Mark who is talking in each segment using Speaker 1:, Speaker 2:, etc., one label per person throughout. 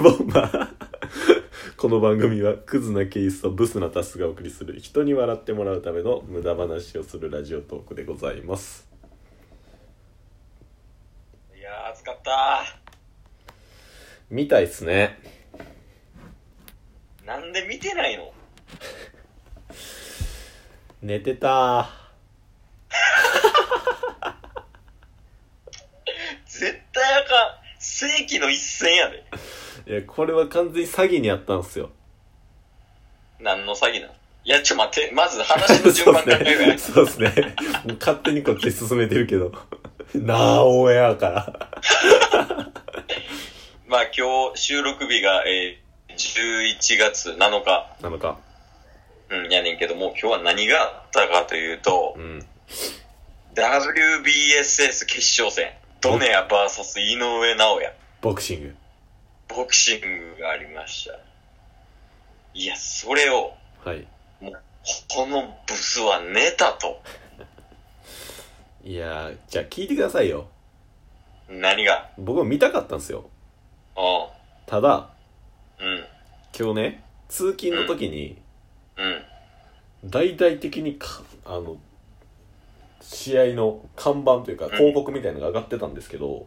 Speaker 1: ボンバー この番組はクズなケースとブスなタスがお送りする人に笑ってもらうための無駄話をするラジオトークでございます
Speaker 2: いやー暑かった
Speaker 1: みたいっすね
Speaker 2: なんで見てないの
Speaker 1: 寝てた
Speaker 2: 絶対あかん世紀の一戦やで
Speaker 1: いやこれは完全に詐欺にあったんすよ
Speaker 2: 何の詐欺なんいやちょ待ってまず話の順番考えようや
Speaker 1: そうっすねそうっすねもう勝手にこっち進めてるけどなあオンエアから
Speaker 2: まあ今日収録日が、えー、11月7日、
Speaker 1: なのか
Speaker 2: うん、やねんけども今日は何があったかというと
Speaker 1: うん
Speaker 2: WBSS 決勝戦ドネア VS 井上尚弥
Speaker 1: ボクシング
Speaker 2: ボクシングがありましたいやそれを
Speaker 1: はい
Speaker 2: このブスはネタと
Speaker 1: いやーじゃあ聞いてくださいよ
Speaker 2: 何が
Speaker 1: 僕も見たかったんすよ
Speaker 2: あ
Speaker 1: ただ
Speaker 2: あうん
Speaker 1: 今日ね通勤の時に
Speaker 2: うん
Speaker 1: 大々的にかあの試合の看板というか広告みたいなのが上がってたんですけど、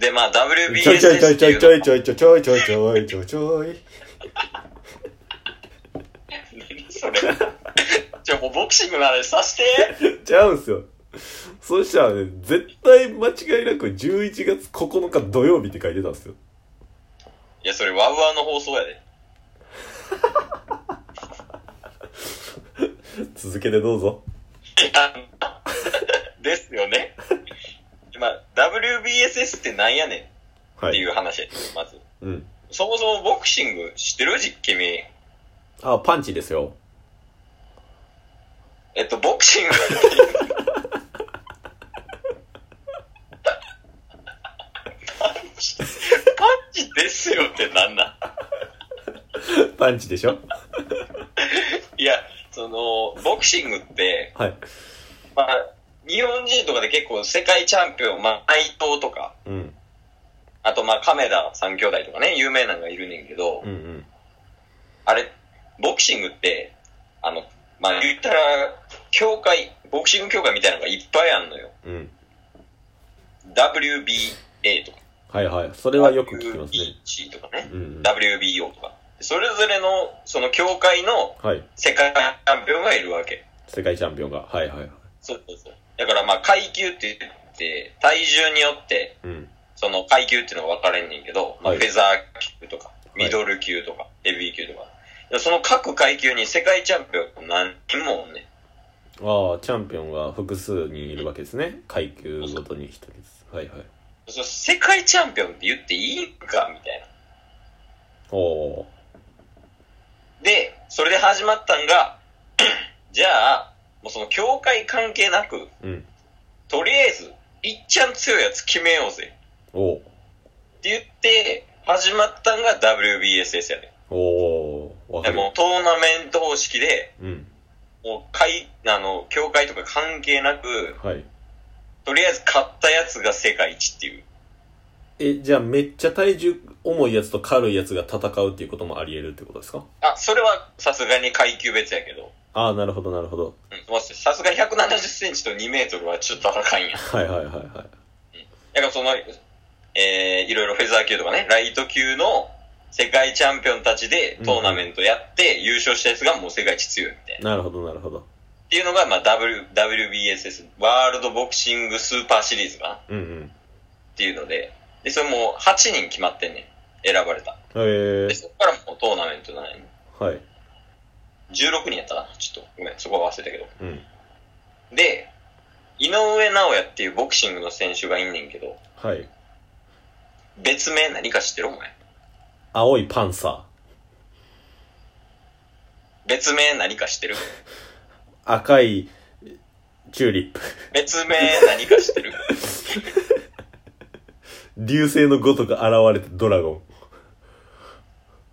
Speaker 2: でまあ WBS
Speaker 1: ちょいちょいちょいちょいちょい
Speaker 2: ょ
Speaker 1: ちょいちょいちょいちょいちょいちょいちょい
Speaker 2: 何それ じゃもうボクシングの話さして
Speaker 1: ちゃうんすよそしたらね絶対間違いなく11月9日土曜日って書いてたんですよ
Speaker 2: いやそれワウワウの放送やで
Speaker 1: 続けてどうぞ
Speaker 2: いやですよねまあ WBSS ってなんやねんっ
Speaker 1: は
Speaker 2: てい
Speaker 1: いう
Speaker 2: 話やまず
Speaker 1: うん
Speaker 2: そもそもボクシング知ってる実君
Speaker 1: あパンチですよ
Speaker 2: えっとボクシングパンチパンチですよってなんなん
Speaker 1: パンチでしょ
Speaker 2: いや、その、ボクシングって、
Speaker 1: はい
Speaker 2: まあ、日本人とかで結構世界チャンピオン、まあ、内藤とか、
Speaker 1: うん
Speaker 2: あとまあ、亀田三兄弟とかね、有名なのがいるねんけど、
Speaker 1: うんうん
Speaker 2: あれ、ボクシングって、あの、まあ、言ったら、協会、ボクシング協会みたいなのがいっぱいあんのよ。
Speaker 1: うん
Speaker 2: WBA とか。
Speaker 1: はいはいそれはよく聞きますね
Speaker 2: WBC とかね。
Speaker 1: うんうん
Speaker 2: WBO とか。それぞれの、その協会の
Speaker 1: はい
Speaker 2: 世界チャンピオンがいるわけ。
Speaker 1: 世界チャンピオンがはいはいはい
Speaker 2: そうそうそう。だからまあ階級って言って、体重によって、
Speaker 1: うん
Speaker 2: その階級っていうのは分かれんねんけど、まあ
Speaker 1: はい
Speaker 2: フェザー級とか、ミドル級とか、ヘビー級とか。でその各階級に世界チャンピオン何人もおんねん。
Speaker 1: ああチャンピオンが複数人いるわけですね階級ごとに一人ですはいはい
Speaker 2: その世界チャンピオンって言っていいんかみたいな。
Speaker 1: おお
Speaker 2: で、それで始まったんが、 じゃあ、もうその境界関係なく、
Speaker 1: ーうん
Speaker 2: とりあえず、いっちゃん強いやつ決めようぜ。
Speaker 1: おお
Speaker 2: って言って、始まったんが WBSS やね
Speaker 1: おおーわ
Speaker 2: ん。
Speaker 1: か
Speaker 2: で
Speaker 1: る
Speaker 2: もうトーナメント方式で、
Speaker 1: うん
Speaker 2: もう、会、あの、協会とか関係なく、
Speaker 1: はい
Speaker 2: とりあえず買ったやつが世界一っていう。
Speaker 1: えじゃあめっちゃ体重重いやつと軽いやつが戦うっていうこともあり得るってことですか
Speaker 2: あ、それはさすがに階級別やけど。
Speaker 1: ああなるほどなるほど
Speaker 2: うんまあさすがに170センチと2メートルはちょっと高いんや。
Speaker 1: はいはいはいはい
Speaker 2: だからその、えー、いろいろフェザー級とかね、ライト級の世界チャンピオンたちでトーナメントやって、優勝したやつがもう世界一強いみたいな。
Speaker 1: なるほどなるほど
Speaker 2: っていうのが、まあ、W、WBSS、ワールドボクシングスーパーシリーズかなっ
Speaker 1: うんうん
Speaker 2: ていうので、で、それもう8人決まってんねん。選ばれた。
Speaker 1: へえ
Speaker 2: で、そこからもうトーナメントなんやね。
Speaker 1: はい
Speaker 2: 16人やったかなちょっと、ごめん、そこは忘れたけど。
Speaker 1: うん
Speaker 2: で、井上尚弥っていうボクシングの選手がいんねんけど、
Speaker 1: はい
Speaker 2: 別名何か知ってるお前。
Speaker 1: 青いパンサ
Speaker 2: 別名何か知ってる
Speaker 1: ー赤いチューリップ
Speaker 2: 別名何か知ってる
Speaker 1: 流星のごとく現れたドラゴン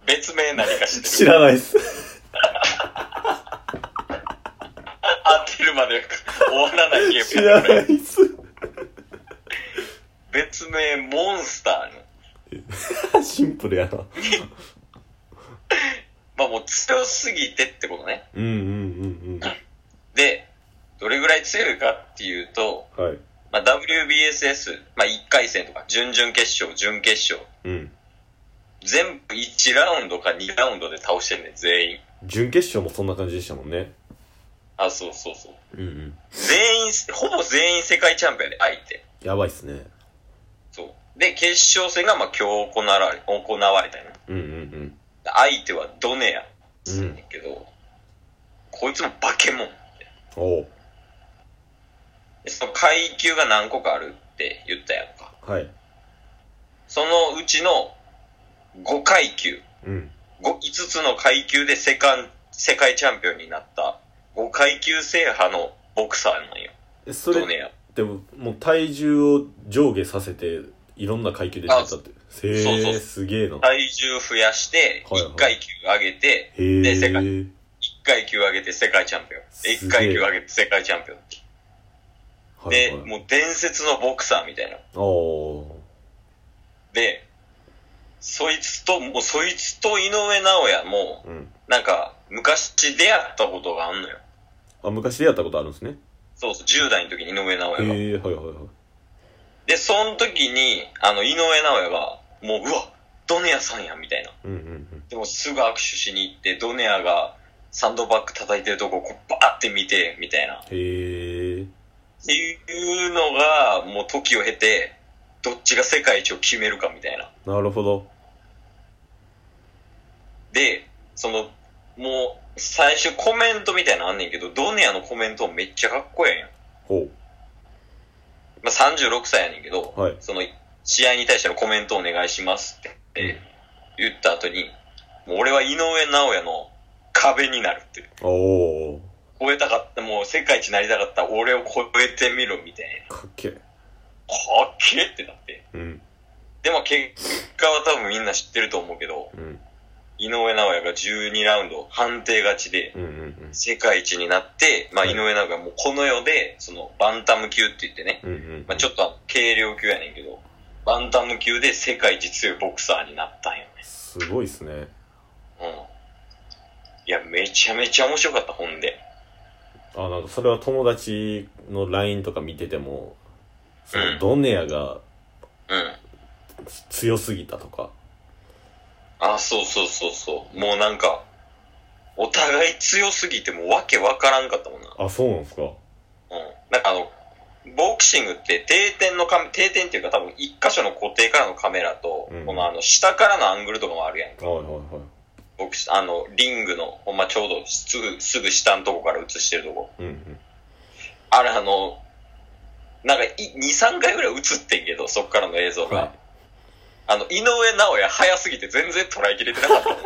Speaker 2: 別名何か知ってる
Speaker 1: 知らないっす
Speaker 2: 合ってるまで終わらないゲー
Speaker 1: 知
Speaker 2: ムやね
Speaker 1: ら
Speaker 2: これ
Speaker 1: ないっす
Speaker 2: 別名モンスターの。
Speaker 1: シンプルやな
Speaker 2: まあもう強すぎてってことね。
Speaker 1: うんうんうん
Speaker 2: で、どれぐらい強いかっていうと、
Speaker 1: うんはい
Speaker 2: まあ、WBSS、まあ、1回戦とか、準々決勝、準決勝、
Speaker 1: うん
Speaker 2: 全部1ラウンドか2ラウンドで倒してんねん、全員。
Speaker 1: 準決勝もそんな感じでしたもんね
Speaker 2: あ、そうそうそう。
Speaker 1: うんうん
Speaker 2: 全員、ほぼ全員世界チャンピオンで、相手。
Speaker 1: やばいっすね
Speaker 2: そう。で、決勝戦が、まあ、今日行われ、行われたよね。
Speaker 1: うんうん
Speaker 2: 相手はドネア、すんねんけど、こいつも化け物。
Speaker 1: うんおう
Speaker 2: でその階級が何個かあるって言ったやんか。
Speaker 1: はい
Speaker 2: そのうちの5階級、
Speaker 1: うん
Speaker 2: 5, 5つの階級で世界世界チャンピオンになった5階級制覇のボクサーなんよ。
Speaker 1: えそ
Speaker 2: ド
Speaker 1: れ
Speaker 2: ネア。
Speaker 1: でももう体重を上下させていろんな階級で出たって
Speaker 2: そう
Speaker 1: へ
Speaker 2: そう
Speaker 1: えすげえな
Speaker 2: 体重増やして、
Speaker 1: はいはい
Speaker 2: 1階級上げて、
Speaker 1: へえ
Speaker 2: で世界1階級上げて世界チャンピオン。で
Speaker 1: すげえ
Speaker 2: 1階級上げて世界チャンピオン。
Speaker 1: はい
Speaker 2: で、
Speaker 1: はい
Speaker 2: もう伝説のボクサーみたいな。
Speaker 1: おー
Speaker 2: で、そいつと、もうそいつと井上尚弥も、
Speaker 1: うん
Speaker 2: なんか、昔出会ったことがあんのよ。
Speaker 1: あ昔でやったことあるんですね
Speaker 2: そうそう、10代の時に井上尚弥が。
Speaker 1: へえはいはいはい
Speaker 2: で、その時に、あの、井上尚弥が、もう、うわ、ドネアさんや、みたいな。
Speaker 1: うんうん
Speaker 2: でも、すぐ握手しに行って、ドネアが、サンドバッグ叩いてるとこ、こう、バーって見て、みたいな。っ
Speaker 1: うんへえ
Speaker 2: ていうのが、もう時を経て、どっちが世界一を決めるか、みたいな。
Speaker 1: なるほど
Speaker 2: で、その、もう、最初コメントみたいなのあんねんけど、ドネアのコメントめっちゃかっこええんやん。
Speaker 1: ほ
Speaker 2: まあ、36歳やねんけど、
Speaker 1: はい
Speaker 2: その、試合に対してのコメントお願いしますって
Speaker 1: うん
Speaker 2: 言った後に、もう俺は井上尚弥の壁になるって。
Speaker 1: うおお
Speaker 2: 超えたかった、もう世界一になりたかった俺を超えてみろみたいな。
Speaker 1: かっけえ
Speaker 2: かっけえってなって。
Speaker 1: うん
Speaker 2: でも結果は多分みんな知ってると思うけど、
Speaker 1: うん
Speaker 2: 井上尚弥が12ラウンド判定勝ちで、
Speaker 1: うんうん
Speaker 2: 世界一になって、まあ
Speaker 1: うん
Speaker 2: 井上尚弥がもうこの世で、そのバンタム級って言ってね、
Speaker 1: うんうんうん
Speaker 2: まあ、ちょっと軽量級やねんけど、バンタム級で世界一強いボクサーになったんよね。
Speaker 1: すごいっすね
Speaker 2: うん。いや、めちゃめちゃ面白かった、ほんで。
Speaker 1: あなんかそれは友達の LINE とか見ててもその
Speaker 2: うん
Speaker 1: ドネアが
Speaker 2: うん。
Speaker 1: 強すぎたとか
Speaker 2: あ、そうそうそうそう。もうなんか、お互い強すぎてもうわけわからんかったもんな。
Speaker 1: あそうなんですか
Speaker 2: うん。なんかあの、ボクシングって定点のカメ、定点っていうか多分一箇所の固定からのカメラと、
Speaker 1: うん
Speaker 2: このあの、下からのアングルとかもあるやんか。
Speaker 1: はいはいは
Speaker 2: ボクシあの、リングの、ほんまちょうどすぐ、すぐ下のとこから映してるとこ。
Speaker 1: いうんうん
Speaker 2: あれあの、なんかい、2、3回ぐらい映ってんけど、そっからの映像が。
Speaker 1: は
Speaker 2: あの、井上尚弥早すぎて全然捉えきれてなかったもん。
Speaker 1: い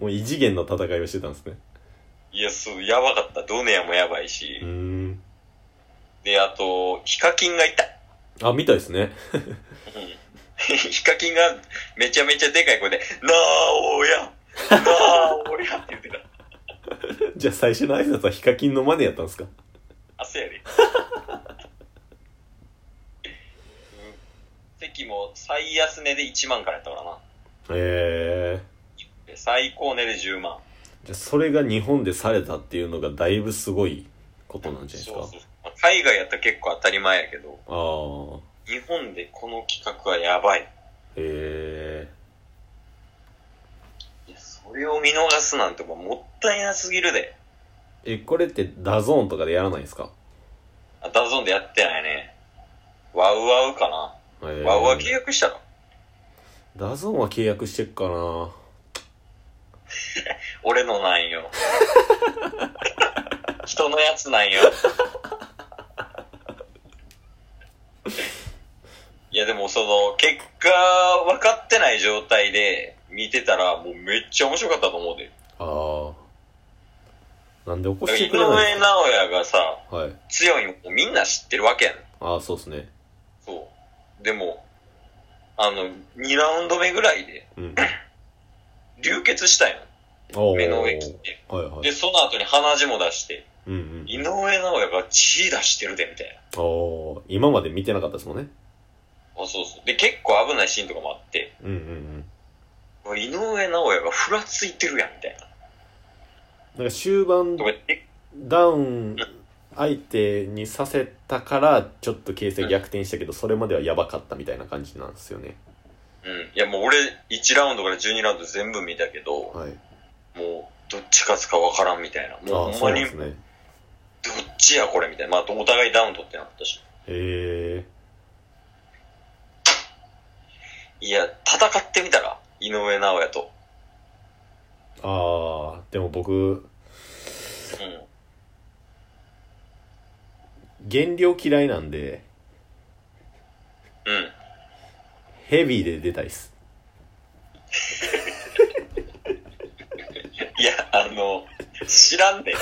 Speaker 1: もう異次元の戦いをしてたんですね
Speaker 2: いや、そう、やばかった。ドネアもやばいう
Speaker 1: ー
Speaker 2: し。
Speaker 1: ん
Speaker 2: で、あと、ヒカキンがいた。
Speaker 1: あみたいですね
Speaker 2: うん。ヒカキンがめちゃめちゃでかい声で、なおやなおやって言ってた。
Speaker 1: じゃあ最初の挨拶はヒカキンのマネやったんですか
Speaker 2: あ、そうやで。うん席も最安値で1万からやったからな。
Speaker 1: へえ
Speaker 2: で最高値で10万。
Speaker 1: じゃあそれが日本でされたっていうのがだいぶすごいことなんじゃないですか
Speaker 2: そうそうまあ海外やったら結構当たり前やけど、
Speaker 1: ああ
Speaker 2: 日本でこの企画はやばい。
Speaker 1: へえ
Speaker 2: いや、それを見逃すなんてもうもったいなすぎるで。
Speaker 1: えこれってダゾーンとかでやらないんですか
Speaker 2: あ、ダゾーンでやってないね。ワウワウかな。
Speaker 1: へー
Speaker 2: ワウワウ契約したの
Speaker 1: ダゾーンは契約してっかな
Speaker 2: 俺のなんよ。 人のやつなんよ。いやでもその結果分かってない状態で見てたらもうめっちゃ面白かったと思うで。
Speaker 1: ああなんで起こして
Speaker 2: 井
Speaker 1: くれない
Speaker 2: 上
Speaker 1: んです
Speaker 2: 尚弥がさ、
Speaker 1: かはい
Speaker 2: 強いのもみんな知ってるわけやん。
Speaker 1: ああそうですね
Speaker 2: そう。でも、あの、2ラウンド目ぐらいで、
Speaker 1: うん
Speaker 2: 流血したやん。
Speaker 1: お ー
Speaker 2: 目の上切って。
Speaker 1: はいはい
Speaker 2: で、その後に鼻血も出して、
Speaker 1: うんうん
Speaker 2: 井上尚弥が血出してるで、みたい
Speaker 1: おー今まで見てなかったですもんね
Speaker 2: な。あ、そうそうで、結構危ないシーンとかもあって、
Speaker 1: うんうんうん
Speaker 2: うわ井上尚弥がふらついてるやん、みたいな。
Speaker 1: なんか終盤
Speaker 2: とかえ
Speaker 1: ダウン相手にさせたからちょっと形勢逆転したけどそれまではやばかったみたいな感じなんですよね
Speaker 2: うん。いや、もう俺、1ラウンドから12ラウンド全部見たけど、
Speaker 1: はい
Speaker 2: もう、どっち勝つかわからんみたいな。も
Speaker 1: あ
Speaker 2: う、ほ
Speaker 1: あそ
Speaker 2: ん
Speaker 1: う
Speaker 2: ま
Speaker 1: な
Speaker 2: に、
Speaker 1: んです
Speaker 2: どっ
Speaker 1: ね
Speaker 2: ちやこれみたいな。まあ、お互いダウン取ってなかったし。
Speaker 1: へ
Speaker 2: いや、戦ってみたら、井上尚弥と。
Speaker 1: えああでも僕
Speaker 2: うん。
Speaker 1: 減量嫌いなんで
Speaker 2: うん。
Speaker 1: ヘビーで出たいっす
Speaker 2: いや、あの、知らんねん。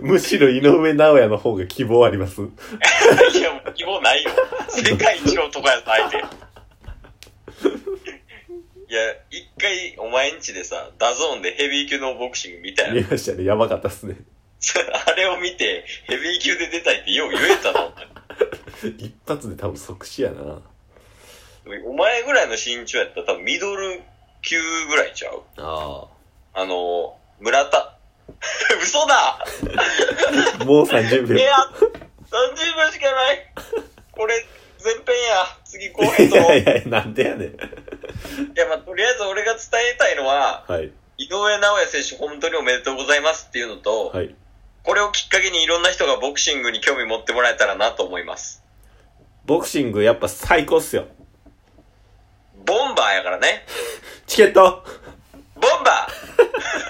Speaker 1: むしろ井上尚弥の方が希望あり ます
Speaker 2: いや、もう希望ないよ。世界一の男やつ相手。いや、一回、お前んちでさ、ダゾーンでヘビー級のボクシング見たやん
Speaker 1: 見ましたねやばかったっすね
Speaker 2: あれを見て、ヘビー級で出たいってよう言えたの。
Speaker 1: 一発で多分即死やな
Speaker 2: お前ぐらいの身長やったら多分ミドル級ぐらいちゃう
Speaker 1: あ
Speaker 2: あの、村田。 嘘だ
Speaker 1: あもう30
Speaker 2: い
Speaker 1: 秒
Speaker 2: や !30 秒しかないこれ、前編や。次後編
Speaker 1: い
Speaker 2: と。
Speaker 1: や
Speaker 2: い
Speaker 1: いやなんでやねん
Speaker 2: や、まあ、とりあえず俺が伝えたいのは、
Speaker 1: はい
Speaker 2: 井上尚弥選手本当におめでとうございますっていうのと、
Speaker 1: はい
Speaker 2: これをきっかけにいろんな人がボクシングに興味持ってもらえたらなと思います。
Speaker 1: ボクシングやっぱ最高っすよ
Speaker 2: ボンバーやからね。
Speaker 1: チケット
Speaker 2: ボンバー